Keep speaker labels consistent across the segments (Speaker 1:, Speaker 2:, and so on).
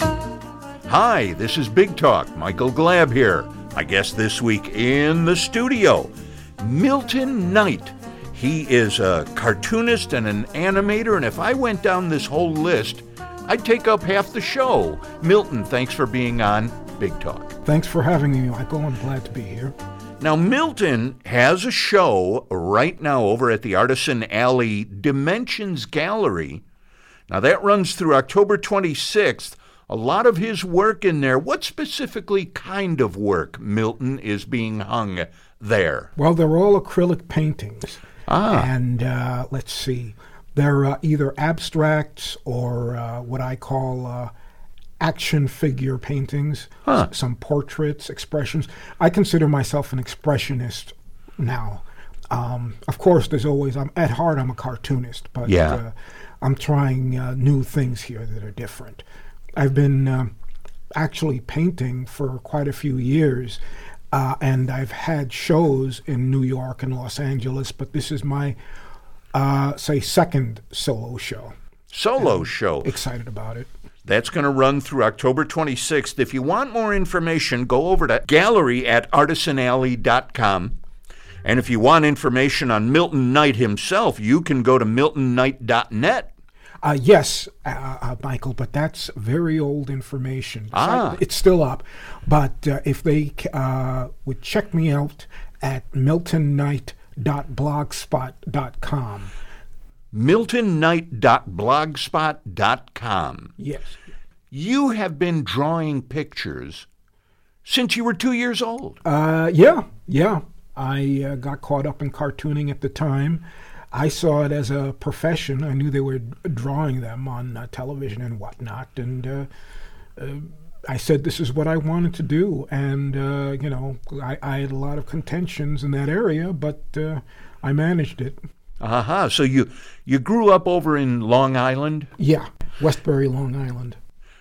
Speaker 1: Hi, this is Big Talk. Michael Glab here. I guess this week in the studio, Milton Knight. He is a cartoonist and an animator, and if I went down this whole list, I'd take up half the show. Milton, thanks for being on Big Talk.
Speaker 2: Thanks for having me, Michael. I'm glad to be here.
Speaker 1: Now, Milton has a show right now over at the Artisan Alley Dimensions Gallery. Now, that runs through October 26th. A lot of his work in there. What specifically kind of work, Milton, is being hung there?
Speaker 2: Well, they're all acrylic paintings. Ah. And uh, let's see, they're uh, either abstracts or uh, what I call uh, action figure paintings,
Speaker 1: Huh.
Speaker 2: s- some portraits, expressions. I consider myself an expressionist now. Um, of course, there's always, I'm at heart, I'm a cartoonist, but
Speaker 1: Yeah.
Speaker 2: uh, I'm trying uh, new things here that are different. I've been um actually painting for quite a few years, uh, and I've had shows in New York and Los Angeles, but this is my, uh, say, second solo show.
Speaker 1: Solo show.
Speaker 2: Excited about it.
Speaker 1: That's going to run through October 26th. If you want more information, go over to gallery at artisanalley.com. And if you want information on Milton Knight himself, you can go to miltonknight.net.
Speaker 2: Uh, yes, uh, uh, Michael, but that's very old information. Ah. It's still up. But uh, if they c- uh, would check me out at miltonknight.blogspot.com.
Speaker 1: miltonknight.blogspot.com.
Speaker 2: Yes.
Speaker 1: You have been drawing pictures since you were two years old.
Speaker 2: Uh, yeah, yeah. I uh, got caught up in cartooning at the time. I saw it as a profession. I knew they were d- drawing them on uh, television and whatnot, and uh, I said this is what I wanted to do, and uh, you know I, I had a lot of contentions in that area, but uh, I managed it.
Speaker 1: Aha. Uh-huh, So you, you grew up over in Long Island?
Speaker 2: Yeah, Westbury, Long Island.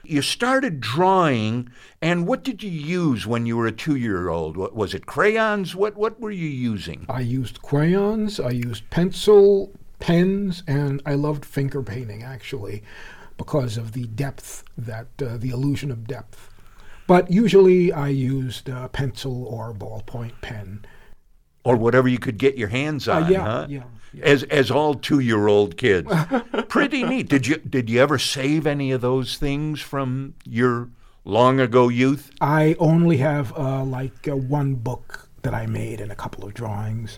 Speaker 1: You started drawing, and what did you use when you were a two-year-old? What, was it crayons? What what were you using?
Speaker 2: I used crayons, I used pencil, pens, and I loved finger painting actually, because of the depth that uh, the illusion of depth. But usually I used uh, pencil or ballpoint pen.
Speaker 1: Or whatever you could get your hands on,
Speaker 2: Uh, yeah,
Speaker 1: huh?
Speaker 2: yeah,
Speaker 1: As as all two-year-old kids, pretty neat. Did you did you ever save any of those things from your long ago youth?
Speaker 2: I only have uh, like uh, one book that I made and a couple of drawings.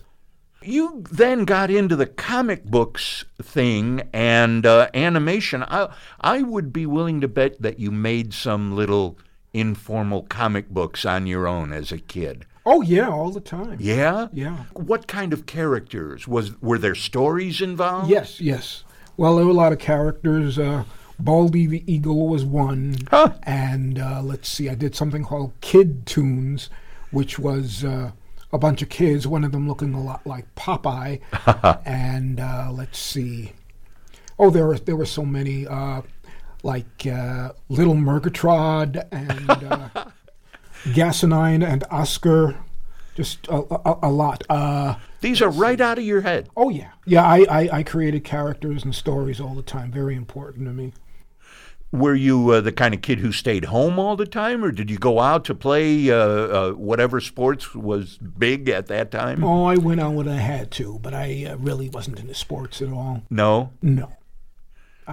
Speaker 1: You then got into the comic books thing and uh, animation. I I would be willing to bet that you made some little informal comic books on your own as a kid.
Speaker 2: Oh yeah, all the time.
Speaker 1: Yeah.
Speaker 2: Yeah.
Speaker 1: What kind of characters was were there stories involved?
Speaker 2: Yes, yes. Well, there were a lot of characters. Uh, Baldy the Eagle was one,
Speaker 1: Huh.
Speaker 2: and uh, let's see, I did something called Kid Tunes, which was uh, a bunch of kids. One of them looking a lot like Popeye, and uh, let's see. Oh, there were there were so many, uh, like uh, Little Murgatroyd and uh, Gasoline and Oscar, just a, a, a lot. Uh,
Speaker 1: These are right out of your head.
Speaker 2: Oh yeah, yeah. I, I I created characters and stories all the time. Very important to me.
Speaker 1: Were you uh, the kind of kid who stayed home all the time, or did you go out to play uh, uh, whatever sports was big at that time?
Speaker 2: Oh, I went out when I had to, but I uh, really wasn't into sports at all.
Speaker 1: No.
Speaker 2: No.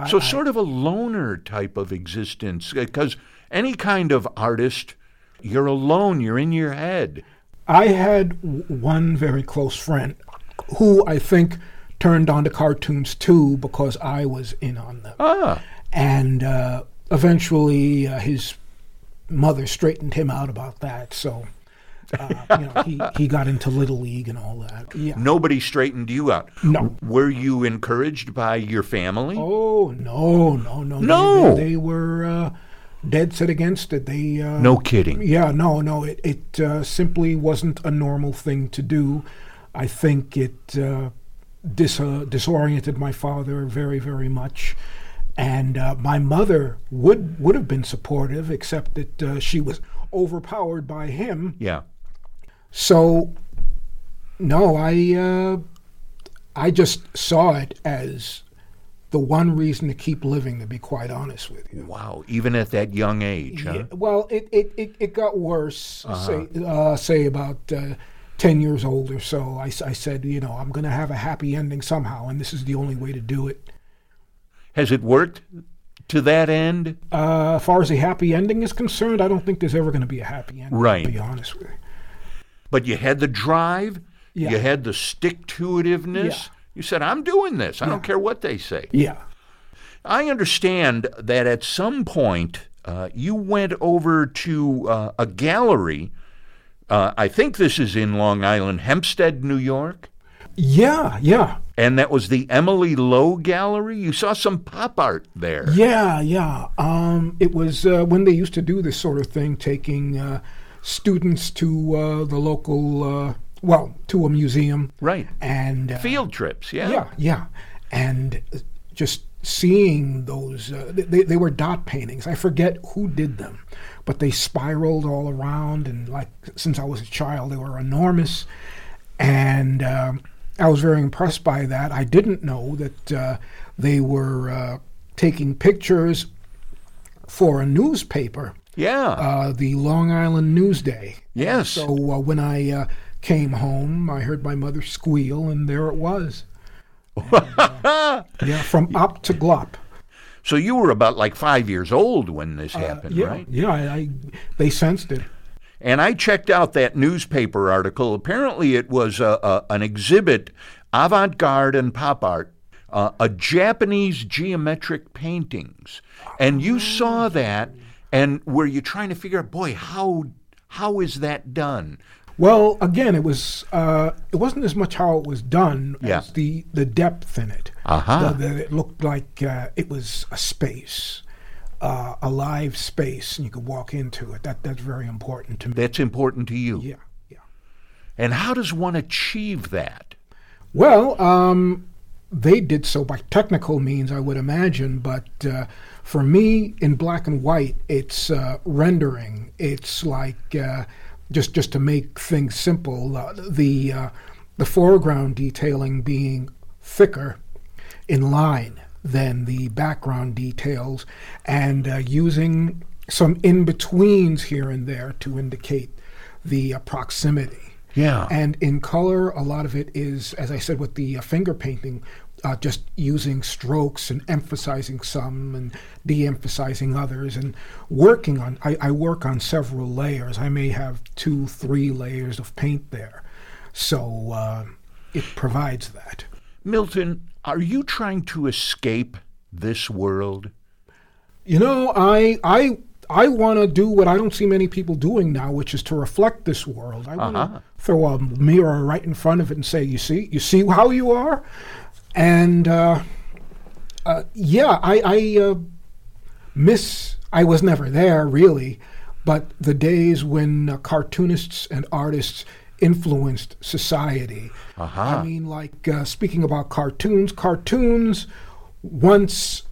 Speaker 1: so sort of a loner type of existence, because any kind of artist, you're alone. You're in your head.
Speaker 2: I had w- one very close friend who I think turned on to cartoons too because I was in on them.
Speaker 1: Ah.
Speaker 2: And uh, eventually uh, his mother straightened him out about that. So, uh, you know, he, he got into Little League and all that. Yeah.
Speaker 1: Nobody straightened you out.
Speaker 2: No.
Speaker 1: Were you encouraged by your family?
Speaker 2: Oh no, no, no, they-
Speaker 1: No.
Speaker 2: They, they were uh, dead set against it. They uh,
Speaker 1: No kidding.
Speaker 2: Yeah, no, no. It it uh, simply wasn't a normal thing to do. I think it uh, dis- uh, disoriented my father very, very much. And uh, my mother would would have been supportive, except that uh, she was overpowered by him.
Speaker 1: Yeah.
Speaker 2: So, no, I uh, I just saw it as the one reason to keep living. To be quite honest with you.
Speaker 1: Wow. Even at that young age, huh?
Speaker 2: Yeah, well, it, it, it, it got worse. Say uh, say about uh, ten years old or so. I, s- I said, you know, I'm going to have a happy ending somehow, and this is the only way to do it.
Speaker 1: Has it worked to that end?
Speaker 2: Uh, as far as a happy ending is concerned, I don't think there's ever going to be a happy ending.
Speaker 1: Right.
Speaker 2: To be honest with you.
Speaker 1: But you had the drive.
Speaker 2: Yeah.
Speaker 1: You had the stick to itiveness.
Speaker 2: Yeah.
Speaker 1: You said, I'm doing this. I don't care what they say.
Speaker 2: Yeah.
Speaker 1: I understand that at some point uh, you went over to uh, a gallery. Uh, I think this is in Long Island, Hempstead, New York.
Speaker 2: Yeah. Yeah.
Speaker 1: And that was the Emily Lowe Gallery. You saw some pop art there.
Speaker 2: Yeah, yeah. Um, it was uh, when they used to do this sort of thing, taking uh, students to uh, the local, uh, well, to a museum,
Speaker 1: Right.
Speaker 2: and uh,
Speaker 1: Field trips, yeah.
Speaker 2: yeah, yeah, and uh, just seeing those. Uh, th- they they were dot paintings. I forget who did them, but they spiraled all around, and like since I was a child, they were enormous, and. Um, I was very impressed by that. I didn't know that uh, they were uh, taking pictures for a newspaper,
Speaker 1: Yeah.
Speaker 2: uh, the Long Island Newsday.
Speaker 1: yes.
Speaker 2: So uh, when I uh, came home, I heard my mother squeal, and there it was. And, uh, yeah, from op to glop.
Speaker 1: So you were about like five years old when this happened,
Speaker 2: Uh, Yeah,
Speaker 1: right?
Speaker 2: yeah. I, I, they sensed it.
Speaker 1: And I checked out that newspaper article. Apparently, it was a, a, an exhibit, avant garde and pop art, uh, a Japanese geometric paintings. And you saw that, and were you trying to figure out, boy, how how is that done?
Speaker 2: Well, again, it was uh, it wasn't as much how it was done
Speaker 1: Yeah. Ah.
Speaker 2: as the the depth in it.
Speaker 1: Aha.
Speaker 2: The- that it looked like uh, it was a space, uh, a live space, and you could walk into it. That that's very important to me.
Speaker 1: That's important to you.
Speaker 2: Yeah, yeah.
Speaker 1: And how does one achieve that?
Speaker 2: Well, um, they did so by technical means, I would imagine. But uh, for me, in black and white, it's uh, rendering. It's like uh, just just to make things simple. Uh, the uh, the foreground detailing being thicker in line than the background details, and uh, using some in betweens here and there to indicate the uh, proximity.
Speaker 1: Yeah.
Speaker 2: And in color, a lot of it is, as I said, with the uh, finger painting, uh, just using strokes and emphasizing some and de-emphasizing others, and working on. I, I work on several layers. I may have two, three layers of paint there, so uh, it provides that.
Speaker 1: Milton, are you trying to escape this world?
Speaker 2: You know, I I I want to do what I don't see many people doing now, which is to reflect this world. I want to throw a mirror right in front of it and say, "You see, you see how you are," and uh, uh, yeah, I I uh, miss. I was never there really, but the days when uh, cartoonists and artists influenced society. I mean, like uh, speaking about cartoons, cartoons once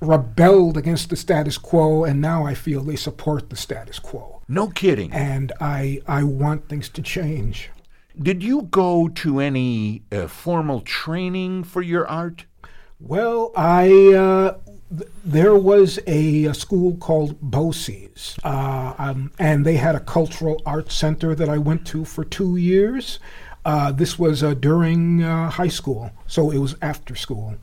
Speaker 2: rebelled against the status quo, and now I feel they support the status quo.
Speaker 1: No kidding.
Speaker 2: And I, I want things to change.
Speaker 1: Did you go to any uh, formal training for your art?
Speaker 2: Well, I uh, th- there was a, a school called BOCES, uh, um, and they had a cultural arts center that I went to for two years. Uh, this was uh, during uh, high school, so it was after school.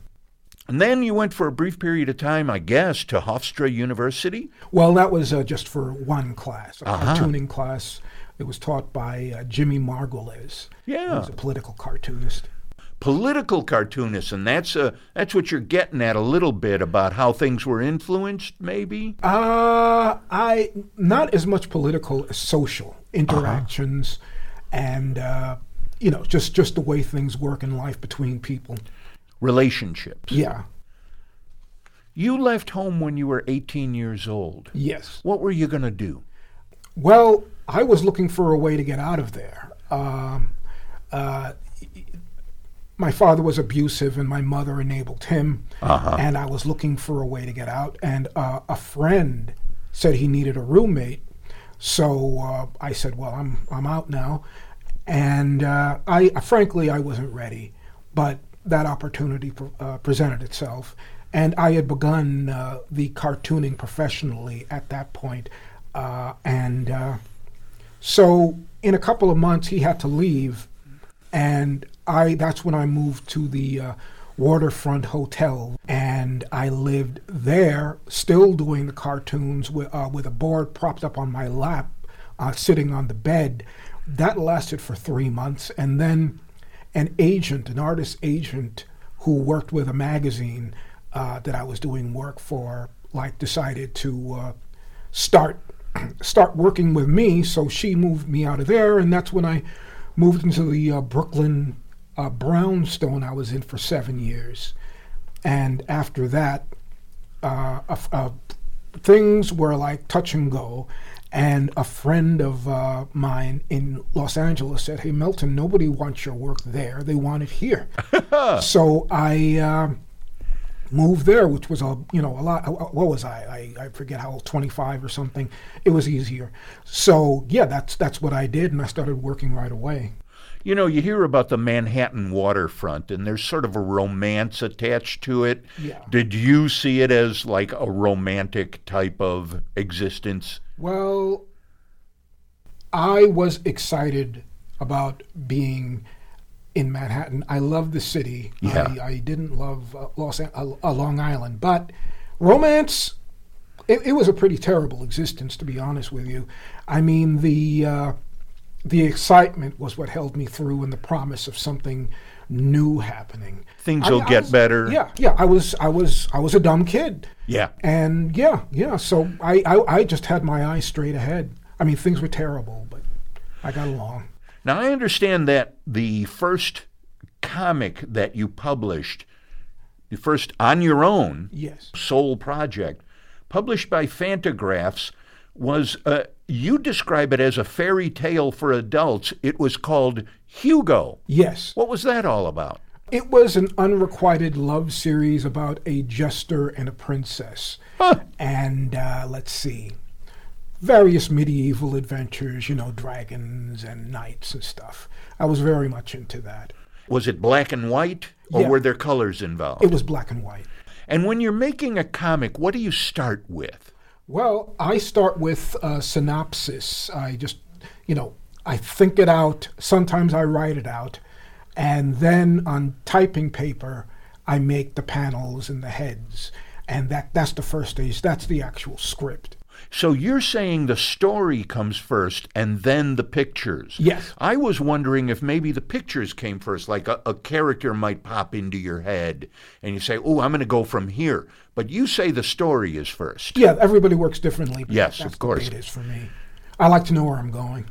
Speaker 1: And then you went for a brief period of time, I guess, to Hofstra University.
Speaker 2: Well, that was uh, just for one class, a cartooning class. It was taught by uh, Jimmy Margulies.
Speaker 1: Yeah.
Speaker 2: He's a political cartoonist.
Speaker 1: Political cartoonist, and that's a that's what you're getting at a little bit about how things were influenced, maybe.
Speaker 2: Uh, I not as much political as social interactions, and uh, you know, just just the way things work in life between people.
Speaker 1: Relationships.
Speaker 2: Yeah.
Speaker 1: You left home when you were 18 years old.
Speaker 2: Yes.
Speaker 1: What were you going to do?
Speaker 2: Well, I was looking for a way to get out of there. Um, uh, my father was abusive, and my mother enabled him. And I was looking for a way to get out. And uh, a friend said he needed a roommate, So uh, I said, "Well, I'm I'm out now," and uh, I frankly I wasn't ready, but that opportunity pr- uh, presented itself, and I had begun uh, the cartooning professionally at that point, uh, and uh, so in a couple of months he had to leave, and I that's when I moved to the uh, waterfront hotel, and I lived there, still doing the cartoons with uh, with a board propped up on my lap, uh, sitting on the bed. That lasted for three months, and then an agent, an artist agent who worked with a magazine uh, that I was doing work for, like decided to uh, start start working with me. So she moved me out of there, and that's when I moved into the uh, Brooklyn uh, brownstone I was in for seven years, and after that, uh, a f- a- things were like touch and go. And a friend of uh, mine in Los Angeles said, "Hey, Milton, nobody wants your work there; they want it here." so I. um moved there, which was a you know a lot. What was I? I, I forget how old, 25 or something. It was easier. So yeah, that's that's what I did, and I started working right away.
Speaker 1: You know, you hear about the Manhattan waterfront, and there's sort of a romance attached to it.
Speaker 2: Yeah.
Speaker 1: Did you see it as like a romantic type of existence?
Speaker 2: Well, I was excited about being in Manhattan. I love the city.
Speaker 1: Yeah.
Speaker 2: I, I didn't love uh, Los An- uh, uh, Long Island, but romance. It, it was a pretty terrible existence, to be honest with you. I mean, the uh, the excitement was what held me through, and the promise of something new happening.
Speaker 1: Things
Speaker 2: I-
Speaker 1: will
Speaker 2: I
Speaker 1: get
Speaker 2: was-
Speaker 1: better.
Speaker 2: Yeah, yeah. I was, I was, I was a dumb kid.
Speaker 1: Yeah.
Speaker 2: And yeah, yeah. So I, I, I just had my eyes straight ahead. I mean, things were terrible, but I got along.
Speaker 1: Now, I understand that the first comic that you published, the first on your own,
Speaker 2: Yes.
Speaker 1: sole project, published by Fantagraphs, was uh, you describe it as a fairy tale for adults. It was called Hugo.
Speaker 2: Yes.
Speaker 1: What was that all about?
Speaker 2: It was an unrequited love series about a jester and a princess. And uh, let's see, various medieval adventures, you know, dragons and knights and stuff. I was very much into that.
Speaker 1: Was it black and white, or
Speaker 2: Yeah.
Speaker 1: were there colors involved?
Speaker 2: It was black and white.
Speaker 1: and when you're making a comic, what do you start with?
Speaker 2: Well, I start with a synopsis. I just, you know, I think it out. Sometimes I write it out. And then on typing paper, I make the panels and the heads. And that, that's the first stage. That's the actual script.
Speaker 1: So you're saying the story comes first and then the pictures.
Speaker 2: Yes.
Speaker 1: I was wondering if maybe the pictures came first, like a, a character might pop into your head and you say, oh, I'm going to go from here. But you say the story is first.
Speaker 2: Yeah, everybody works differently. but
Speaker 1: Yes,
Speaker 2: that's
Speaker 1: of course.
Speaker 2: The way it is for me. I like to know where I'm going.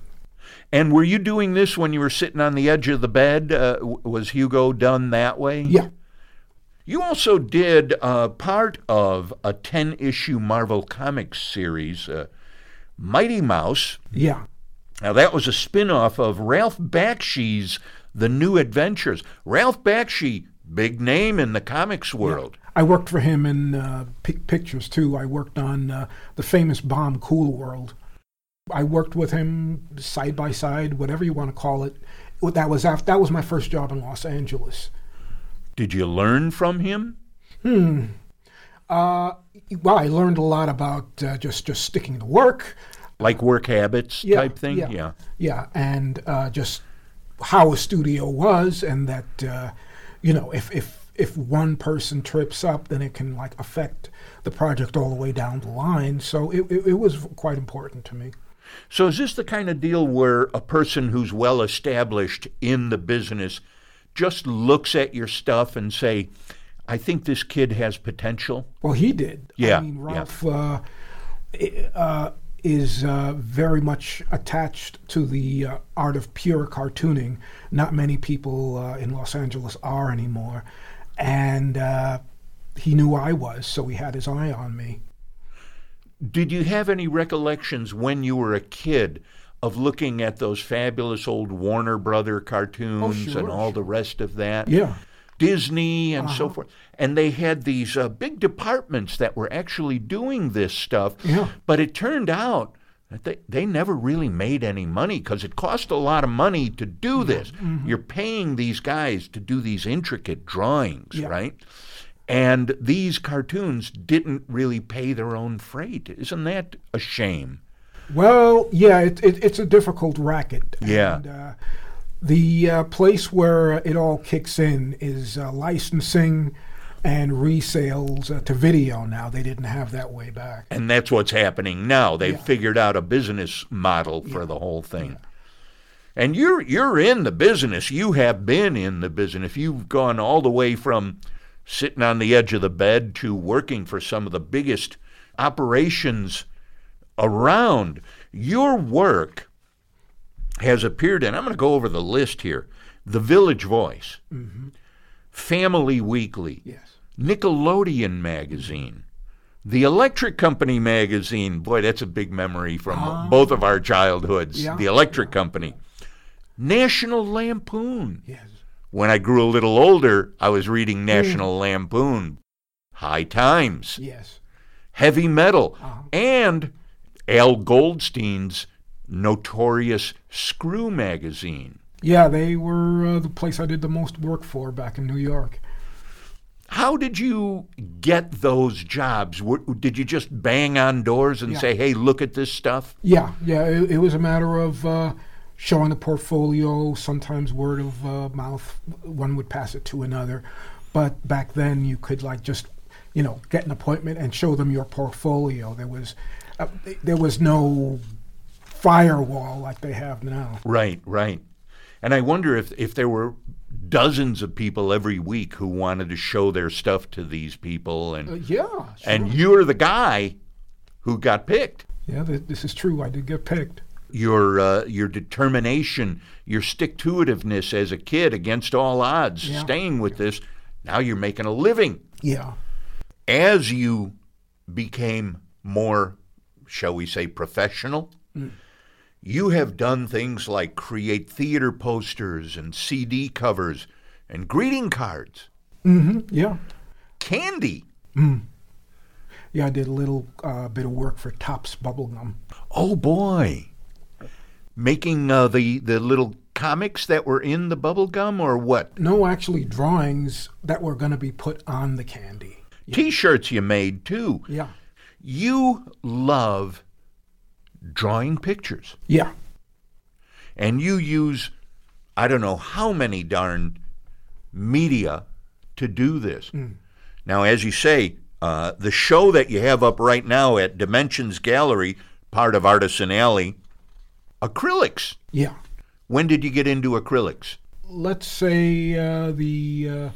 Speaker 1: And were you doing this when you were sitting on the edge of the bed? Uh, w- was Hugo done that way?
Speaker 2: Yeah.
Speaker 1: You also did uh, part of a 10 issue Marvel Comics series, uh, Mighty Mouse.
Speaker 2: Yeah.
Speaker 1: Now, that was a spin off of Ralph Bakshi's The New Adventures. Ralph Bakshi, big name in the comics world.
Speaker 2: I worked for him in uh, pic- pictures too. I worked on uh, the famous bomb Cool World. I worked with him side by side, whatever you want to call it. Well, That was after, that was my first job in Los Angeles.
Speaker 1: Did you learn from him?
Speaker 2: Uh, well, I learned a lot about uh, just just sticking to work.
Speaker 1: Like work habits
Speaker 2: Yeah,
Speaker 1: type thing?
Speaker 2: yeah. Yeah, and uh, just how a studio was, and that uh, you know, if if if one person trips up, then it can like affect the project all the way down the line. So it it, it was quite important to me.
Speaker 1: So, is this the kind of deal where a person who's well established in the business just looks at your stuff and say, I think this kid has potential?
Speaker 2: Well, he did.
Speaker 1: Yeah,
Speaker 2: I mean,
Speaker 1: yeah.
Speaker 2: Ralph uh, i- uh, is uh, very much attached to the uh, art of pure cartooning. Not many people uh, in Los Angeles are anymore, and uh, he knew I was, so he had his eye on me.
Speaker 1: Did you have any recollections when you were a kid of looking at those fabulous old Warner Brother cartoons
Speaker 2: Oh, sure,
Speaker 1: and all the rest of that?
Speaker 2: Yeah. Uh-huh.
Speaker 1: Disney and so forth. And they had these uh, big departments that were actually doing this stuff.
Speaker 2: Yeah.
Speaker 1: But it turned out They, they never really made any money because it cost a lot of money to do this.
Speaker 2: Mm-hmm.
Speaker 1: You're paying these guys to do these intricate drawings,
Speaker 2: Yeah.
Speaker 1: right? And these cartoons didn't really pay their own freight. Isn't that a shame?
Speaker 2: Well, yeah, it, it, it's a difficult racket.
Speaker 1: Yeah.
Speaker 2: And, uh, the uh, place where it all kicks in is uh, licensing and resales uh, to video now. They didn't have that way back.
Speaker 1: And that's what's happening now. They've
Speaker 2: Yeah.
Speaker 1: figured out a business model for the whole thing. And you're you're in the business. You have been in the business. You've gone all the way from sitting on the edge of the bed to working for some of the biggest operations around. Your work has appeared in I'm going to go over the list here. The Village Voice, Family Weekly,
Speaker 2: Yes.
Speaker 1: Nickelodeon magazine, the Electric Company magazine. Boy, that's a big memory from both of our childhoods.
Speaker 2: Yeah.
Speaker 1: The Electric Company, National Lampoon.
Speaker 2: Yes.
Speaker 1: When I grew a little older, I was reading National Lampoon, High Times,
Speaker 2: Yes.
Speaker 1: Heavy Metal,
Speaker 2: Uh-huh.
Speaker 1: and Al Goldstein's notorious Screw magazine.
Speaker 2: Yeah, they were uh, the place I did the most work for back in New York.
Speaker 1: How did you get those jobs? Were, did you just bang on doors and
Speaker 2: Yeah.
Speaker 1: say, "Hey, look at this stuff"?
Speaker 2: Yeah, yeah, it, it was a matter of uh, showing the portfolio, sometimes word of uh, mouth, one would pass it to another. But back then, you could like just, you know, get an appointment and show them your portfolio. There was, uh, th- there was no firewall like they have now.
Speaker 1: Right, right. And I wonder if if there were dozens of people every week who wanted to show their stuff to these people, and
Speaker 2: Uh, yeah, sure.
Speaker 1: and you're the guy who got picked.
Speaker 2: yeah, th- this is true. I did get picked.
Speaker 1: Your uh, your determination, your stick to itiveness as a kid against all odds,
Speaker 2: Yeah.
Speaker 1: staying with this. Now you're making a living.
Speaker 2: Yeah,
Speaker 1: as you became more, shall we say, professional, you have done things like create theater posters and CD covers and greeting cards,
Speaker 2: hmm yeah,
Speaker 1: candy.
Speaker 2: yeah. I did a little uh, bit of work for Topps Bubblegum.
Speaker 1: Oh boy. Making uh, the, the little comics that were in the bubble gum or what?
Speaker 2: No, actually, drawings that were going to be put on the candy.
Speaker 1: T shirts you made too.
Speaker 2: Yeah.
Speaker 1: You love drawing pictures.
Speaker 2: Yeah.
Speaker 1: and you use I don't know how many darn media to do this. Now, as you say, uh, the show that you have up right now at Dimensions Gallery, part of Artisan Alley, acrylics.
Speaker 2: Yeah.
Speaker 1: When did you get into acrylics?
Speaker 2: Let's say uh, the uh,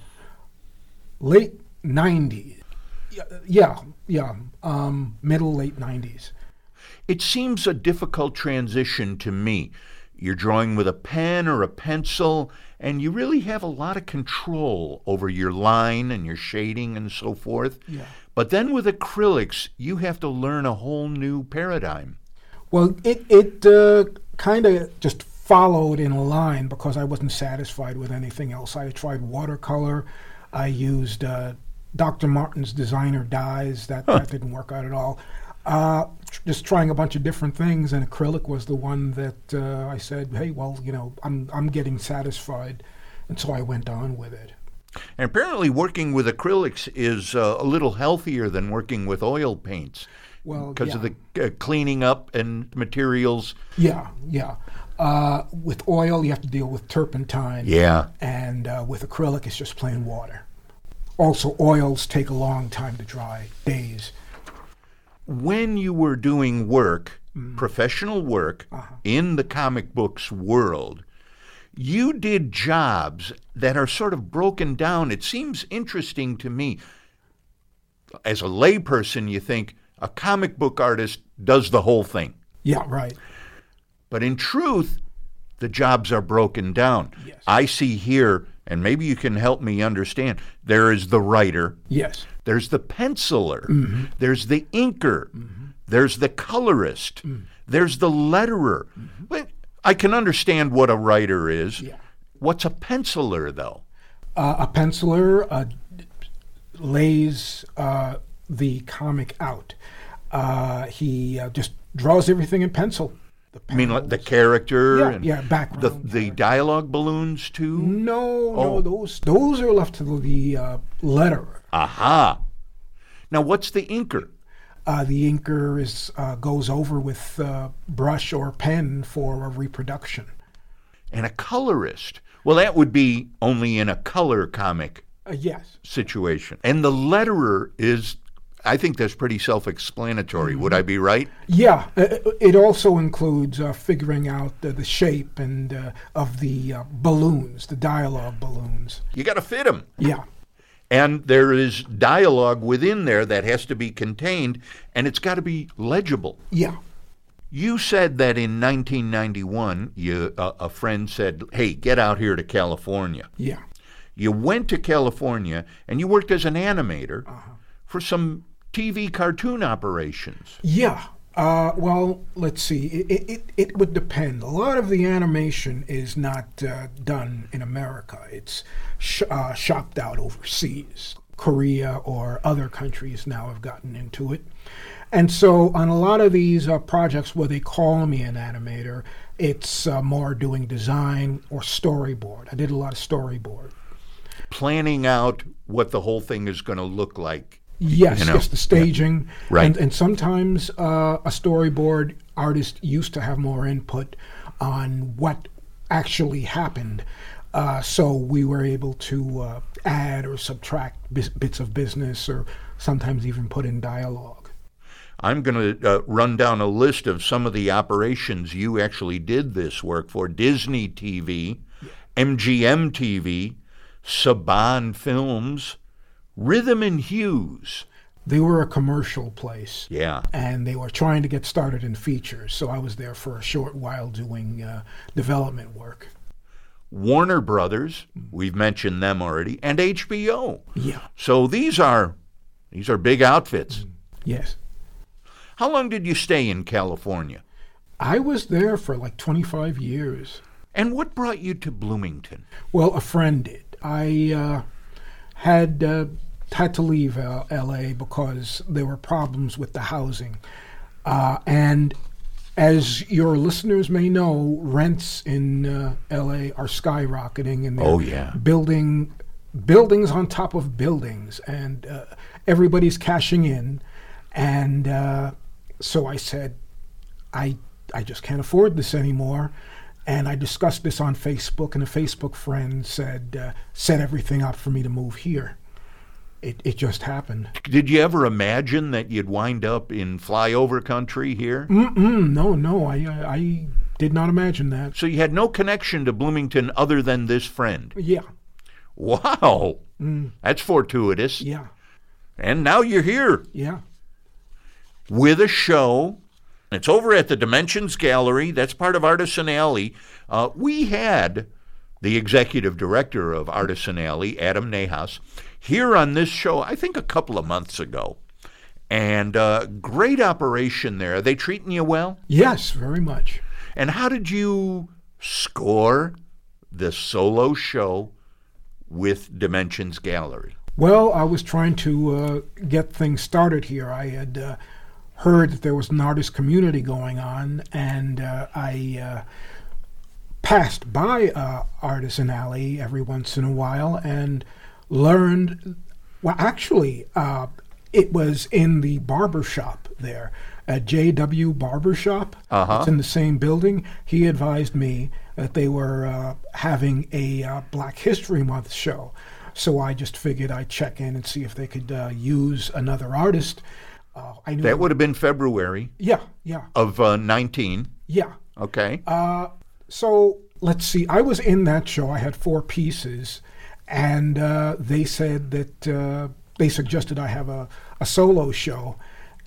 Speaker 2: late 90s. Yeah, yeah, yeah. Um, middle, late 90s.
Speaker 1: It seems a difficult transition to me. You're drawing with a pen or a pencil, and you really have a lot of control over your line and your shading and so forth.
Speaker 2: Yeah.
Speaker 1: But then with acrylics, you have to learn a whole new paradigm.
Speaker 2: Well, it, it uh, kind of just followed in a line because I wasn't satisfied with anything else. I tried watercolor. I used uh, Dr. Martin's designer dyes. That, that didn't work out at all. Uh, tr- just trying a bunch of different things, and acrylic was the one that uh, I said, "Hey, well, you know, I'm I'm getting satisfied," and so I went on with it.
Speaker 1: And apparently, working with acrylics is uh, a little healthier than working with oil paints
Speaker 2: Well,
Speaker 1: because
Speaker 2: yeah.
Speaker 1: of the uh, cleaning up and materials.
Speaker 2: Yeah, yeah. Uh, with oil, you have to deal with turpentine.
Speaker 1: Yeah.
Speaker 2: and uh, with acrylic it's just plain water also oils take a long time to dry days
Speaker 1: when you were doing work, professional work in the comic books world, you did jobs that are sort of broken down. It seems interesting to me. As a layperson, you think a comic book artist does the whole thing.
Speaker 2: yeah right
Speaker 1: But in truth, the jobs are broken down.
Speaker 2: Yes.
Speaker 1: I see here, and maybe you can help me understand there is the writer,
Speaker 2: yes
Speaker 1: there's the penciler,
Speaker 2: Mm-hmm.
Speaker 1: there's the inker, there's the colorist,
Speaker 2: Mm.
Speaker 1: there's the letterer. But I can understand what a writer is.
Speaker 2: Mm-hmm. Yeah.
Speaker 1: What's a penciler, though?
Speaker 2: uh, a penciler uh, lays uh, the comic out uh, he uh, just draws everything in pencil. The
Speaker 1: I mean, like the character
Speaker 2: Yeah,
Speaker 1: and
Speaker 2: yeah,
Speaker 1: the
Speaker 2: background. Mm-hmm.
Speaker 1: the dialogue balloons too.
Speaker 2: no,
Speaker 1: Oh.
Speaker 2: no, those those are left to the uh, letterer.
Speaker 1: Aha! Now, what's the inker?
Speaker 2: Uh, the inker is uh, goes over with uh, brush or pen for a reproduction.
Speaker 1: And a colorist. Well, that would be only in a color comic
Speaker 2: Uh, yes,
Speaker 1: situation. And the letterer is, I think that's pretty self-explanatory. Would
Speaker 2: Mm-hmm.
Speaker 1: I be right?
Speaker 2: yeah. uh, uh, It also includes uh, figuring out uh, the shape and uh, of the uh, balloons, the dialogue balloons.
Speaker 1: You got to fit him.
Speaker 2: Yeah,
Speaker 1: And there is dialogue within there that has to be contained, and it's got to be legible.
Speaker 2: yeah,
Speaker 1: You said that in 1991, you, uh, a friend said, Hey, get out here to California.
Speaker 2: yeah.
Speaker 1: You went to California and you worked as an animator for some TV cartoon operations.
Speaker 2: Yeah. Uh, well, let's see. It, it, it, it would depend. A lot of the animation is not uh, done in America, it's sh- uh, shopped out overseas. Korea or other countries now have gotten into it. And so, on a lot of these uh, projects where they call me an animator, it's uh, more doing design or storyboard. I did a lot of storyboard.
Speaker 1: Planning out what the whole thing is going to look like.
Speaker 2: Yes,
Speaker 1: you know?
Speaker 2: yes, the staging.
Speaker 1: Right.
Speaker 2: And, and sometimes uh, a storyboard artist used to have more input on what actually happened. Uh, so we were able to uh, add or subtract bis- bits of business or sometimes even put in dialogue.
Speaker 1: I'm going to uh, run down a list of some of the operations you actually did this work for Disney TV, MGM TV, Saban Films, Rhythm and Hues.
Speaker 2: They were a commercial place.
Speaker 1: Yeah.
Speaker 2: And they were trying to get started in features, so I was there for a short while doing uh, development work.
Speaker 1: Warner Brothers, we've mentioned them already, and HBO.
Speaker 2: Yeah.
Speaker 1: So these are these are big outfits.
Speaker 2: Yes.
Speaker 1: How long did you stay in California?
Speaker 2: I was there for like 25 years.
Speaker 1: And what brought you to Bloomington?
Speaker 2: Well, a friend did. I uh, had uh, had to leave uh, L.A. because there were problems with the housing, uh, and as your listeners may know, rents in uh, L.A. are skyrocketing, and they're
Speaker 1: Oh, yeah.
Speaker 2: building buildings on top of buildings, and uh, everybody's cashing in, and uh, so I said, I I just can't afford this anymore. And I discussed this on Facebook, and a Facebook friend said uh, set everything up for me to move here. It it just happened.
Speaker 1: Did you ever imagine that you'd wind up in flyover country here?
Speaker 2: Mm-mm, no, no, I, I I did not imagine that.
Speaker 1: So you had no connection to Bloomington other than this friend.
Speaker 2: Yeah,
Speaker 1: Wow. That's fortuitous.
Speaker 2: yeah,
Speaker 1: And now you're here
Speaker 2: yeah,
Speaker 1: with a show. It's over at the Dimensions Gallery. That's part of Artisan Alley. Uh, we had the executive director of Artisan Alley, Adam Nahas, here on this show, I think a couple of months ago. And uh, great operation there. Are they treating you well?
Speaker 2: yes, very much.
Speaker 1: And how did you score the solo show with Dimensions Gallery?
Speaker 2: Well, I was trying to uh, get things started here. I had uh, heard that there was an artist community going on, and uh, I uh, passed by uh, Artisan Alley every once in a while and learned. Well, actually, uh, it was in the barber shop there, at JW Barber Shop.
Speaker 1: Uh-huh.
Speaker 2: It's in the same building. He advised me that they were uh, having a uh, Black History Month show. So I just figured I'd check in and see if they could uh, use another artist. Uh, I knew
Speaker 1: That would have been February
Speaker 2: Yeah, yeah,
Speaker 1: of uh, 19.
Speaker 2: yeah.
Speaker 1: Okay.
Speaker 2: So let's see. I was in that show. I had four pieces, and uh, they said that uh, they suggested I have a, a solo show,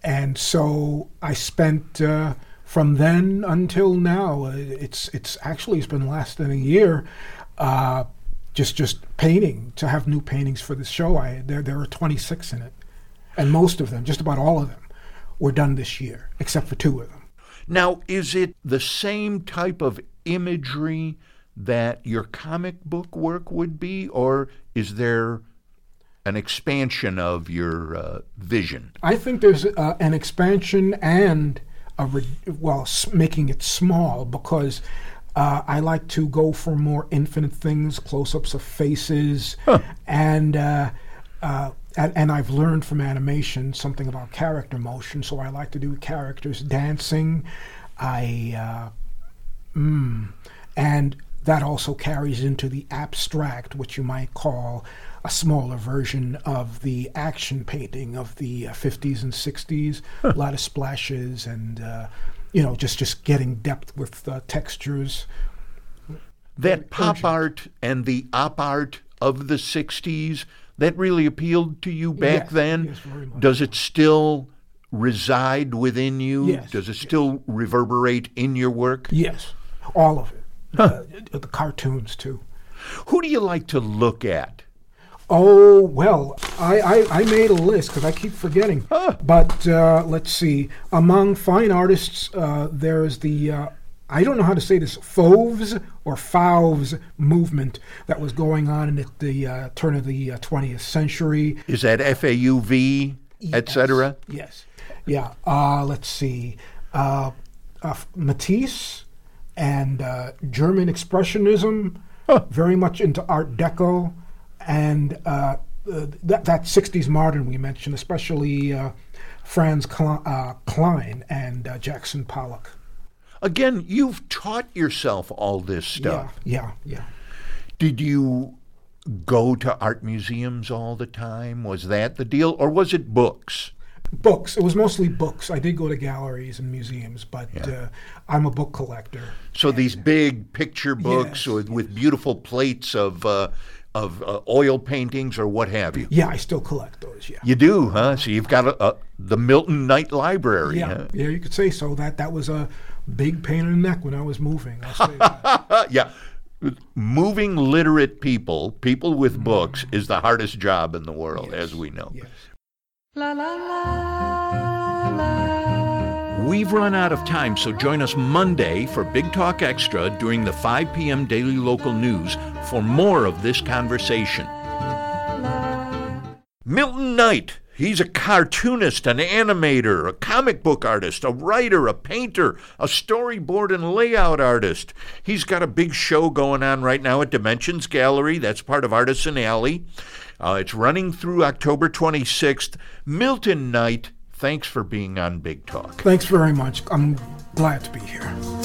Speaker 2: and so I spent uh, from then until now. uh, It's it's actually it's been less than a year. Uh, just just painting to have new paintings for the show. I there there are 26 in it, and most of them, just about all of them, were done this year, except for two of them.
Speaker 1: now, is it the same type of imagery that your comic book work would be, or is there an expansion of your uh, vision?
Speaker 2: I think there's uh, an expansion and a re- well s- making it small because uh, I like to go for more infinite things, close-ups of faces, and. Uh, uh, and, and I've learned from animation something about character motion, so I like to do characters dancing. I uh, and that also carries into the abstract, which you might call a smaller version of the action painting of the uh, 50s and 60s. A lot of splashes and, uh, you know, just, just getting depth with uh, textures.
Speaker 1: That pop art and the op art of the 60s, that really appealed to you back
Speaker 2: Yes,
Speaker 1: then?
Speaker 2: yes, very much
Speaker 1: Does it still reside within you?
Speaker 2: Yes,
Speaker 1: Does it still reverberate in your work?
Speaker 2: Yes, all of it. Uh, the cartoons, too.
Speaker 1: Who do you like to look at?
Speaker 2: Oh, well, I, I, I made a list because I keep forgetting. But uh, let's see. Among fine artists, uh, there is the, uh, I don't know how to say this, Fauves or Fauves movement that was going on at the uh, turn of the uh, 20th century.
Speaker 1: Is that F A U V, et cetera?
Speaker 2: Yes. Yeah. Uh, let's see. Uh, uh, Matisse and uh, German Expressionism, very much into Art Deco, and uh, uh, that, that 60s modern we mentioned, especially uh, Franz Kle- uh, Klein and uh, Jackson Pollock.
Speaker 1: Again, you've taught yourself all this
Speaker 2: Yeah.
Speaker 1: stuff.
Speaker 2: Yeah. Yeah.
Speaker 1: Did you go to art museums all the time? Was that the deal? Or was it books?
Speaker 2: Books. It was mostly books. I did go to galleries and museums, but uh, I'm a book collector.
Speaker 1: So these big picture books
Speaker 2: Yes,
Speaker 1: with, with beautiful plates of uh, of uh, oil paintings or what have you.
Speaker 2: Yeah, I still collect those. Yeah.
Speaker 1: You do, huh? So you've got a, a, the Milton Knight Library.
Speaker 2: Yeah,
Speaker 1: huh?
Speaker 2: yeah, you could say so. That that was a big pain in the neck when I was moving. I'll say that.
Speaker 1: Uh, yeah. Moving literate people, people with books, is the hardest job in the world, as we know.
Speaker 2: Mm-hmm. Yes.
Speaker 3: La la la la.
Speaker 1: We've run out of time, so join us Monday for Big Talk Extra during the 5 p.m. Daily Local News for more of this conversation. Milton Knight. He's a cartoonist, an animator, a comic book artist, a writer, a painter, a storyboard and layout artist. He's got a big show going on right now at Dimensions Gallery. That's part of Artisan Alley. Uh, it's running through October 26th. Milton Knight, thanks for being on Big Talk.
Speaker 2: Thanks very much. I'm glad to be here.